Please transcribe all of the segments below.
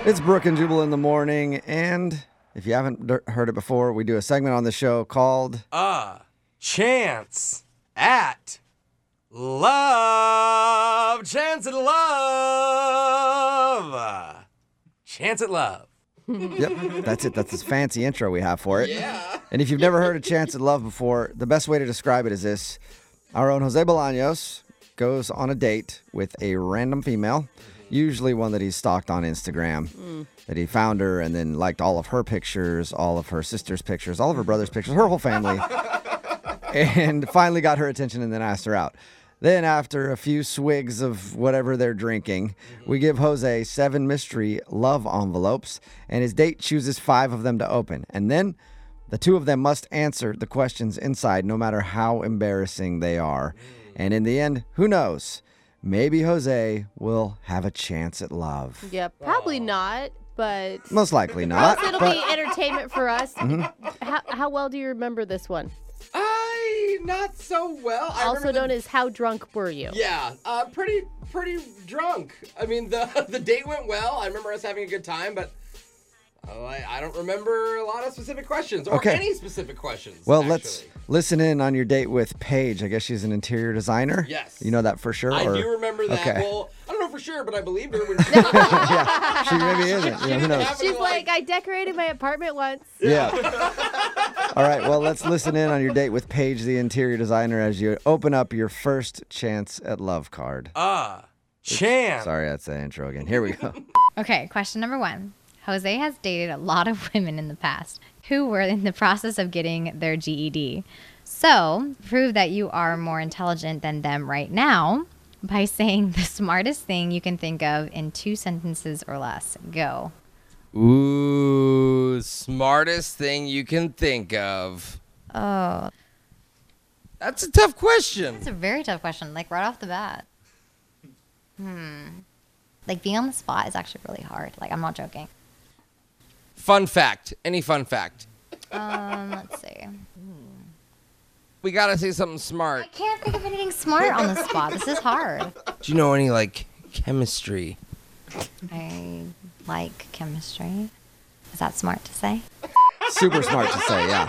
It's Brooke and Jubal in the morning, and if you haven't d- heard it before, we do a segment on the show called chance at love. Chance at love. Chance at love. Yep, that's it. That's this fancy intro we have for it. Yeah. And if you've never heard of Chance at Love before, the best way to describe it is this our own Jose Bolaños goes on a date with a random female, usually one that he stalked on Instagram, that he found her and then liked all of her pictures, all of her sister's pictures, all of her brother's pictures, her whole family. and finally got her attention and then asked her out. Then, after a few swigs of whatever they're drinking, we give Jose seven mystery love envelopes, and his date chooses five of them to open. And then the two of them must answer the questions inside, no matter how embarrassing they are. And in the end, who knows? Maybe Jose will have a chance at love. Yeah, probably not, but Most likely not. it'll Uh, but- be entertainment for us. How, how well do you remember this one? I not so well. I also remember known as how drunk were you? the- yeah, uh, pretty pretty drunk. I mean the the date went well. I remember us having a good time, but. Oh, I, I don't remember a lot of specific questions or Okay. any specific questions. Well, let's actually. listen in on your date with Paige. I guess she's an interior designer. Yes. You know that for sure? I or- do remember that. Okay. Well, I don't know for sure, but I believed her. When she yeah, yeah, she maybe isn't. Yeah, who knows? She's like, I decorated my apartment once. Yeah. All right. Well, let's listen in on your date with Paige, the interior designer, as you open up your first chance at love card. ah, chance. Sorry, that's the intro again. Here we go. Okay, question number one. Jose has dated a lot of women in the past who were in the process of getting their GED. So, prove that you are more intelligent than them right now by saying the smartest thing you can think of in two sentences or less. Go. Ooh, smartest thing you can think of. Oh, That's a tough question. that's a very tough question, like right off the bat. Hmm. Like being on the spot is actually really hard. Like, I'm not joking. Fun fact. Any fun fact? Um, let's see. We gotta say something smart. I can't think of anything smart on the spot. This is hard. Do you know any like chemistry? I like chemistry. Is that smart to say? Super smart to say, yeah.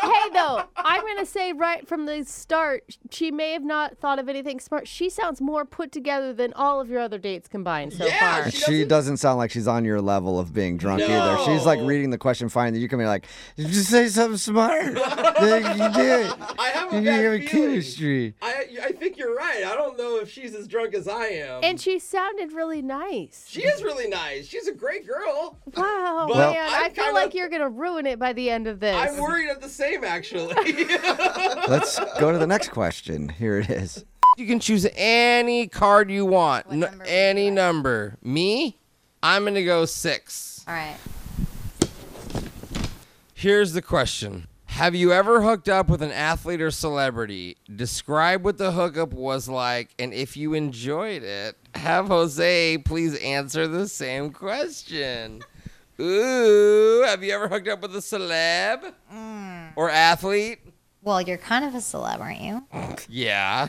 Hey, though, I'm going to say right from the start, she may have not thought of anything smart. She sounds more put together than all of your other dates combined so Yeah, far. And she doesn't sound like she's on your level of being drunk either. She's like No. reading the question fine. That you can be like, "Did you say something smart? Like, you did. I have a You bad have feeling. chemistry. I, I think you're right. I don't know if she's as drunk as I am. And she sounded really nice. she is really nice. She's a great girl. Wow, But man, I'm I feel kinda- like you're going to ruin it by the end of this. I'm worried of the same, actually. Let's go to the next question. Here it is. You can choose any card you want. What N- number would you any like? number. Me? I'm gonna go six. All right. Here's the question. Have you ever hooked up with an athlete or celebrity? Describe what the hookup was like, and if you enjoyed it, have Jose please answer the same question. Ooh, have you ever hooked up with a celeb or athlete? Well, you're kind of a celeb, aren't you? Yeah,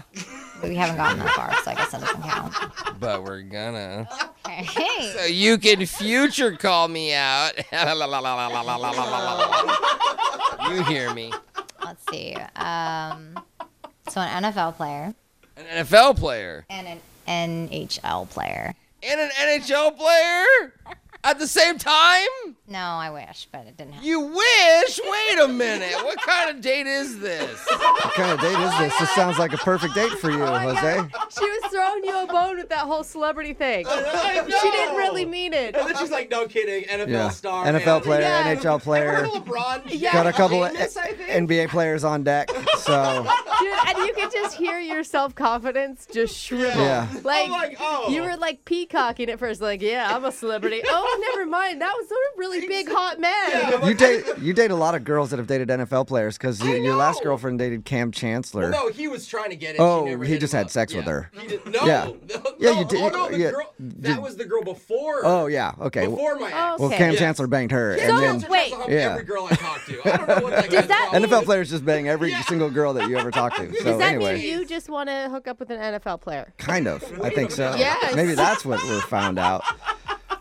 We haven't gotten that far, so I guess that doesn't count. but we're gonna. Okay. So you can future call me out. you hear me? Let's see. Um, so an NFL player An NFL player. and an NHL player. and an NHL player at the same time? No, I wish, but it didn't happen. You wish? Wait a minute. What kind of date is this? What kind of date is this? This sounds like a perfect date for you, Jose. She was throwing you a bone with that whole celebrity thing. She didn't really mean it. And then she's like, no kidding, NFL Yeah. star. NFL and- player, Yeah. NHL player. Remember LeBron? Yeah. Got a couple of Famous, I think. NBA players on deck. So, Dude, and you could just hear your self confidence just shrivel. yeah. Like, I'm like, oh. you were like peacocking at first, like, yeah, I'm a celebrity. oh, never mind. That was a really big hot man. You date you date a lot of girls that have dated NFL players because your last know. girlfriend dated Cam Chancellor. No, he was trying to get it. She Oh, never he hit just him had up. sex Yeah. with her. He did, no, Yeah. no, Yeah, no, you did- Oh, no, the yeah, girl, that did- was the girl before. Oh yeah, okay. Well, Before my ex. Oh, well, Okay. Cam Yes. Chancellor banged her, So- and then She tries to hump Yeah. every girl I talk to. I don't know what that guy's that problem NFL is. players just bang every single girl that you ever talk to. So Does that anyway, mean you just want to hook up with an NFL player? kind of, I think so. Yes. Maybe that's what we found out.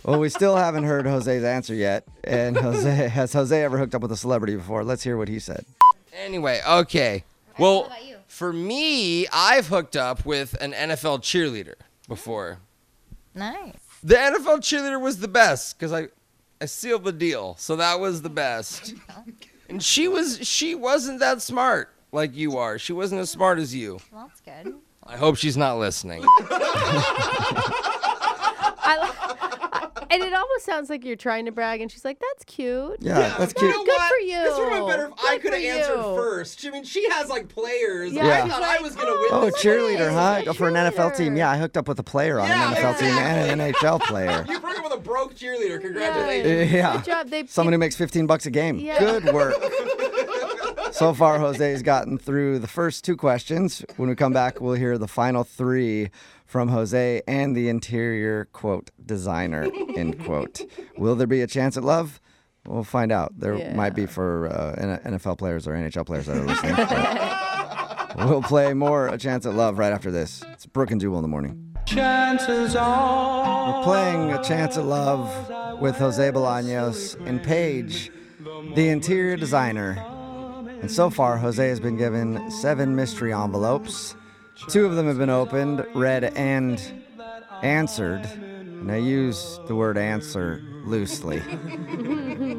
Well, we still haven't heard Jose's answer yet. And Jose, has Jose ever hooked up with a celebrity before? Let's hear what he said. Anyway, okay. Well, about you? for me, I've hooked up with an NFL cheerleader before. Nice. The NFL cheerleader was the best because I, I sealed the deal, so that was the best. And she was she wasn't that smart like you are. She wasn't as smart as you. Well, that's good. I hope she's not listening. I, li- and it almost sounds like you're trying to brag, and she's like, "That's cute." Yeah, that's you cute. know Good what? for you. This would have been better if I Good could have for answered you. first. I mean, she has like players. Yeah. I Yeah. thought I was gonna win. Oh, a this. cheerleader, huh? A Go for an NFL team. cheerleader. Yeah, I hooked up with a player on Yeah, an NFL team and an exactly. NHL player. You broke up with a broke cheerleader. Congratulations. Yeah. Good job. They Someone who makes 15 bucks a game. Yeah. Good work. so far, Jose's gotten through the first two questions. When we come back, we'll hear the final three from Jose and the interior quote designer end quote. Will there be a chance at love? We'll find out. There Yeah. might be for uh, N- NFL players or NHL players that are listening. But we'll play more A Chance at Love right after this. It's Brooke and Jewel in the morning. We're playing A Chance at Love with Jose Bolaños and Paige, the interior designer. And so far, Jose has been given seven mystery envelopes. Two of them have been opened, read, and answered. And I use the word answer loosely.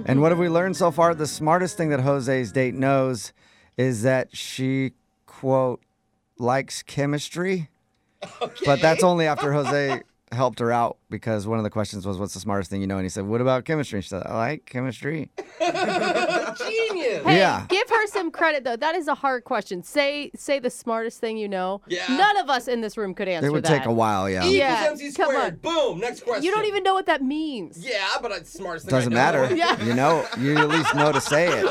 and what have we learned so far? The smartest thing that Jose's date knows is that she, quote, likes chemistry. But that's only after Jose helped her out because one of the questions was, What's the smartest thing you know? And he said, What about chemistry? And she said, I like chemistry. Genius. Hey, Yeah. give her some credit though. That is a hard question. Say say the smartest thing you know. Yeah. None of us in this room could answer It would that. take a while, yeah. E Yeah, equals MC come squared. Boom. Next question. You don't even know what that means. Yeah, but it's smartest thing. I Doesn't know. matter. Yeah. You know, you at least know to say it.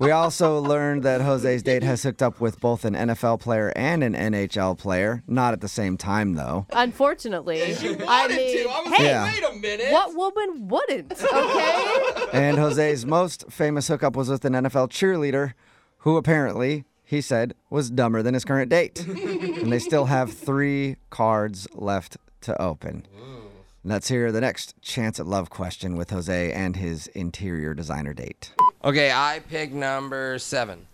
We also learned that Jose's date has hooked up with both an NFL player and an NHL player. Not at the same time, though. Unfortunately. She wanted I mean, to. I was hey, Yeah. like, wait a minute. what woman wouldn't? Okay. And Jose's most famous hookup was with an NFL cheerleader who apparently, he said, was dumber than his current date. and they still have three cards left to open. Let's hear the next chance at love question with Jose and his interior designer date. Okay, I pick number seven.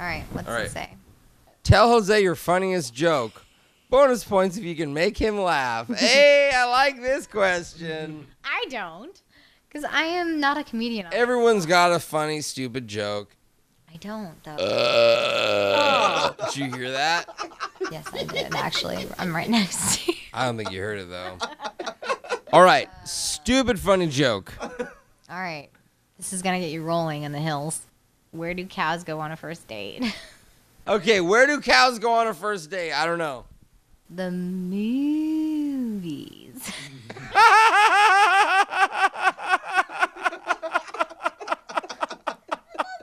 All right, what's All right. it say? Tell Jose your funniest joke. Bonus points if you can make him laugh. hey, I like this question. I don't, because I am not a comedian. Everyone's got a funny, stupid joke. I don't, though. Oh. Did you hear that? Yes, I did, actually. I'm right next to you. I don't think you heard it though. All right, stupid funny joke. All right. This is going to get you rolling in the hills. Where do cows go on a first date? Okay, where do cows go on a first date? I don't know. the movies.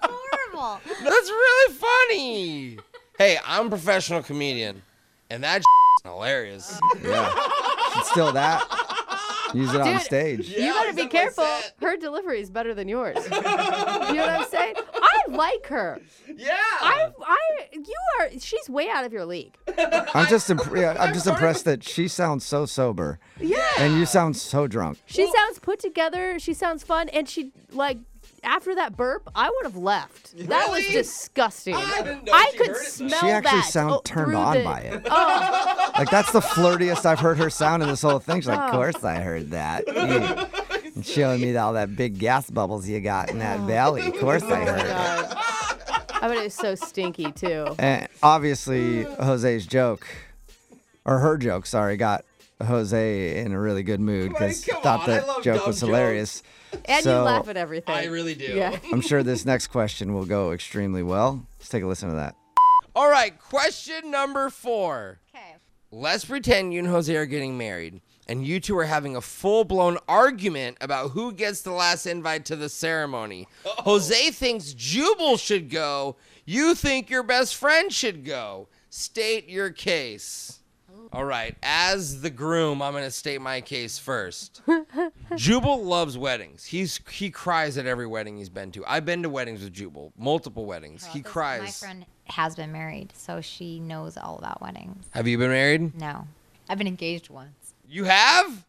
Horrible. That's really funny. Hey, I'm a professional comedian, and that is hilarious. Yeah. It's still that. Use it on Dude. stage. you better exactly what be I careful. said. Her delivery is better than yours. you know what I'm saying? I like her. Yeah. I I you are she's way out of your league. I'm just imp- yeah, I'm just impressed that she sounds so sober Yeah. and you sound so drunk. She sounds put together, she sounds fun, and she like after that burp, I would have left. That was Really? disgusting. I didn't know she could heard it, though. smell She actually that sound o- turned through on the- by it. Oh, Like that's the flirtiest I've heard her sound in this whole thing. She's like, "Of Oh. course I heard that." Mm. And showing me all that big gas bubbles you got in that belly. Of course I heard it. Oh. God. I bet it was so stinky too. And obviously, Jose's joke, or her joke, sorry, got Jose in a really good mood because Come on, thought I that love joke dumb was hilarious. And So- you laugh at everything. I really do. Yeah. I'm sure this next question will go extremely well. Let's take a listen to that. All right, question number four. Okay. Let's pretend you and Jose are getting married, and you two are having a full blown argument about who gets the last invite to the ceremony. Jose thinks Jubal should go. You think your best friend should go. State your case. All right, as the groom, I'm going to state my case first. Jubal loves weddings. He's he cries at every wedding he's been to. I've been to weddings with Jubal, multiple weddings. he cries. Oh, My friend has been married, so she knows all about weddings. Have you been married? No. I've been engaged once. You have?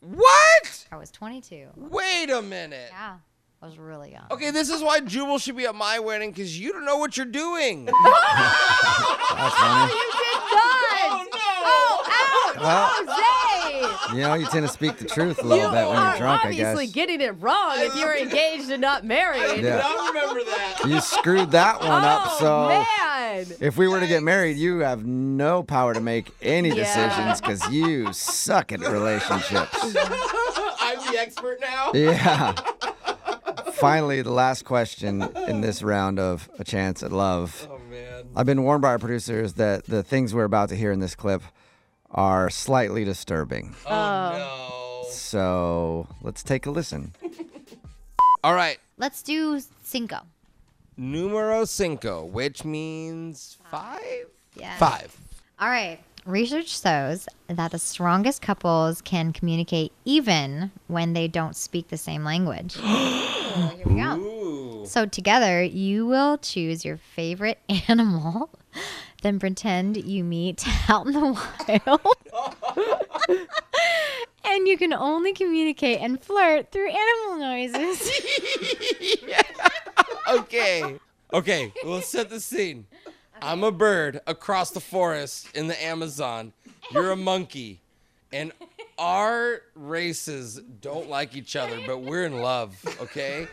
What? I was 22. Wait a minute. Yeah, I was really young. Okay, this is why Jubal should be at my wedding because you don't know what you're doing. That's funny. God! Well, Oh, Jose! you know, you tend to speak the truth a little you bit when are you're drunk, I guess. obviously getting it wrong if you're engaged and not married. Yeah. I remember that. You screwed that one up, Oh, so. man. If we were to get married, you have no power to make any Yeah. decisions because you suck at relationships. I'm the expert now. Yeah. Finally, the last question in this round of A Chance at Love. Oh man. I've been warned by our producers that the things we're about to hear in this clip are slightly disturbing. Oh, no. So let's take a listen. All right. Let's do Cinco. Numero cinco, which means five? Yeah. Five. All right. Research shows that the strongest couples can communicate even when they don't speak the same language. so here we go. Ooh. So together, you will choose your favorite animal, then pretend you meet out in the wild. and you can only communicate and flirt through animal noises. Okay. Okay, we'll set the scene. I'm a bird across the forest in the Amazon. You're a monkey. And our races don't like each other, but we're in love, okay?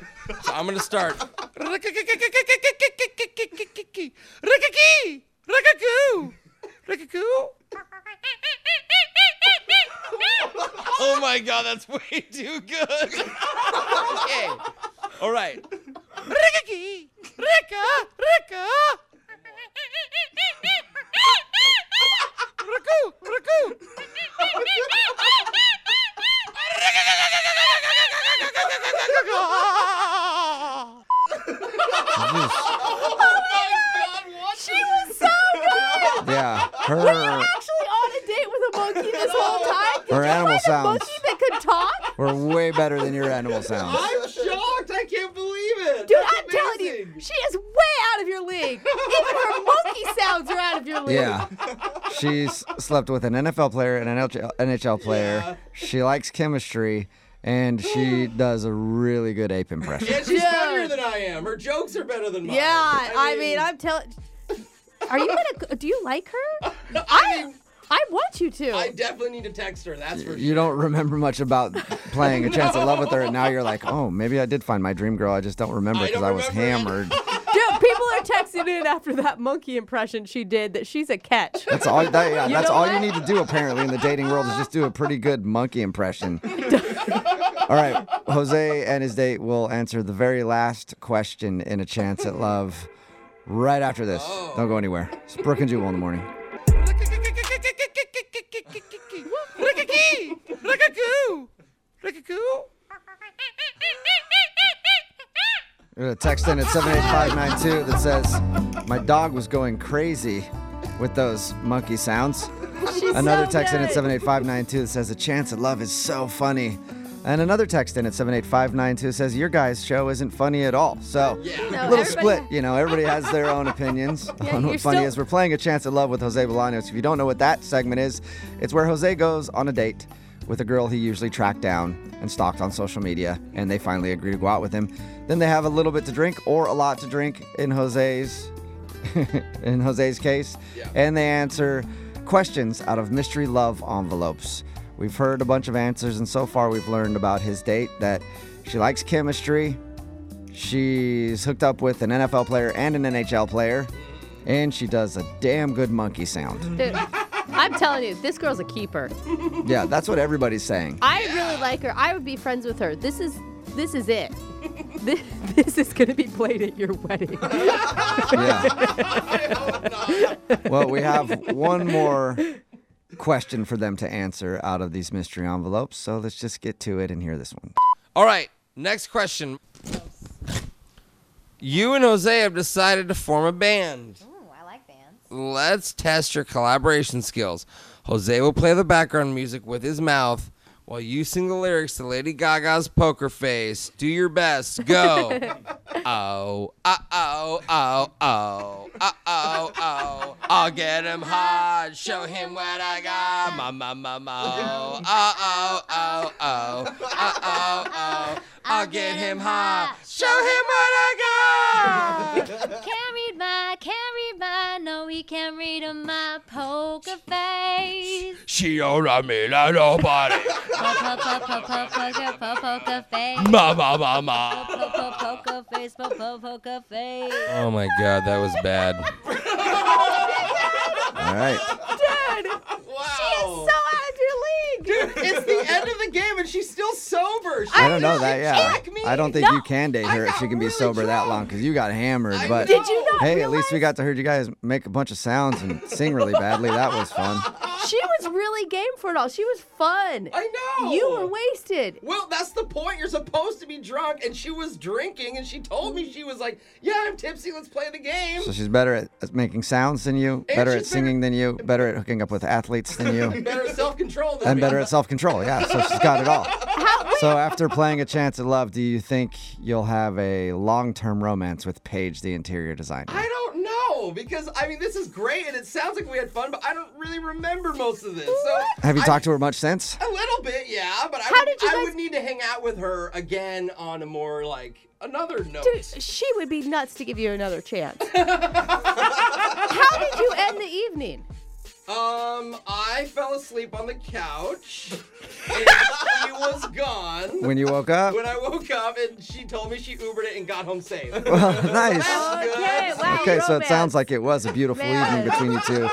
So I'm gonna start. Oh my god, that's way too good. okay. All right. Ricky, Rika, Rika. Riku, Riku. Oh Yeah, her, actually on a date with a monkey this whole time? Did her you animal find a sounds monkey that could talk? were way better than your animal sounds. I'm shocked. I can't believe it. Dude, That's I'm telling you, amazing. she is way out of your league. Even her monkey sounds are out of your league. Yeah. She's slept with an NFL player and an NHL, NHL player. Yeah. She likes chemistry and she does a really good ape impression. And she's Dude. funnier than I am. Her jokes are better than mine. Yeah, I mean, I'm telling. Are you gonna? Do you like her? I mean, I want you to. I definitely need to text her. That's for You sure. don't remember much about playing a chance at love with her, and now you're like, oh, maybe I did find my dream girl. I just don't remember I because don't I, was remember hammered. Dude, people are texting in after that monkey impression she did that she's a catch. That's all. That, yeah, that's know all what? you need to do apparently in the dating world is just do a pretty good monkey impression. all right, Jose and his date will answer the very last question in a chance at love right after this. Don't go anywhere. It's Brooke and Jewel in the morning. We're gonna text in at 78592 that says, My dog was going crazy with those monkey sounds. another so text in at good. 78592 that says, A chance at love is so funny. And another text in at 78592 says, Your guys' show isn't funny at all. So, Yeah. a No, little everybody- split. You know, everybody has their own opinions on you're what funny still- is. We're playing A Chance at Love with Jose Bolaños. If you don't know what that segment is, it's where Jose goes on a date with a girl he usually tracked down and stalked on social media, and they finally agree to go out with him. Then they have a little bit to drink or a lot to drink in Jose's in Jose's case, Yeah. and they answer questions out of mystery love envelopes. We've heard a bunch of answers, and so far we've learned about his date that she likes chemistry, she's hooked up with an NFL player and an NHL player, and she does a damn good monkey sound. Dude, I'm telling you, this girl's a keeper. yeah, that's what everybody's saying. I really like her. I would be friends with her. This is this is it. This, this is gonna be played at your wedding. Yeah. well, we have one more question for them to answer out of these mystery envelopes, so let's just get to it and hear this one. All right, next question. You and Jose have decided to form a band. Ooh, I like bands. Let's test your collaboration skills. Jose will play the background music with his mouth while you sing the lyrics to Lady Gaga's Poker Face. Do your best. Go. uh, oh, oh, oh, oh, oh, oh, oh, oh. I'll get him hard, show him what I got. Ma ma ma ma. Oh uh, oh oh oh. Oh oh oh. I'll get him hard, show him what I got. Can't read my, can't read my, no, he can't read on my poker face. She don't love me like nobody. Po- po- po- po- po- Poker po- poker face. Ma ma ma ma. Po- po- Poker face, po- po- poker face. Oh my god, that was bad. All right. Wow. So out of your league. it's the end of the game and she's still sober. She I don't know that. she Yeah, checked me. I don't think No, you can date her I if she got can be really sober that drunk. long because you got hammered. I But know. Did you not hey, at realize least we got to hear you guys make a bunch of sounds and sing really badly. That was fun. she was really game for it all? She was fun. I know. You were wasted. Well, that's the point. You're supposed to be drunk, and she was drinking, and she told me she was like, "Yeah, I'm tipsy. Let's play the game." So she's better at, at making sounds than you, better she's at singing than you, better at hooking up with athletes than you, Better self control than and me. better at self control. Yeah, so she's got it all. So after playing a chance at love, do you think you'll have a long term romance with Paige, the interior designer? I don't know because I mean this is great, and it sounds like we had fun, but I don't really remember most of this. So Have you I- talked to her much since? A little bit, yeah, but I, How would, did you I guys- would need to hang out with her again on a more like another note. Dude, she would be nuts to give you another chance. How did you end the evening? Um, I fell asleep on the couch, and she was gone. When you woke up? When I woke up, and she told me she Ubered it and got home safe. Well, nice. Okay, Oh, wow. Okay, so it romance. sounds like it was a beautiful Man. evening between you two.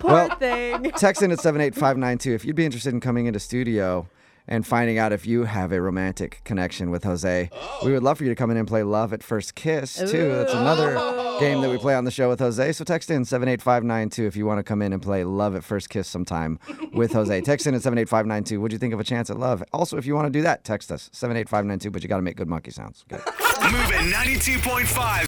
poor well- thing. Text in at 78592 if you'd be interested in coming into studio and finding out if you have a romantic connection with Jose. We would love for you to come in and play Love at First Kiss, too. That's another game that we play on the show with Jose. So text in 78592 if you want to come in and play Love at First Kiss sometime with Jose. Text in at 78592. What'd you think of a chance at love? Also, if you want to do that, text us 78592, but you got to make good monkey sounds. Okay. Moving 92.5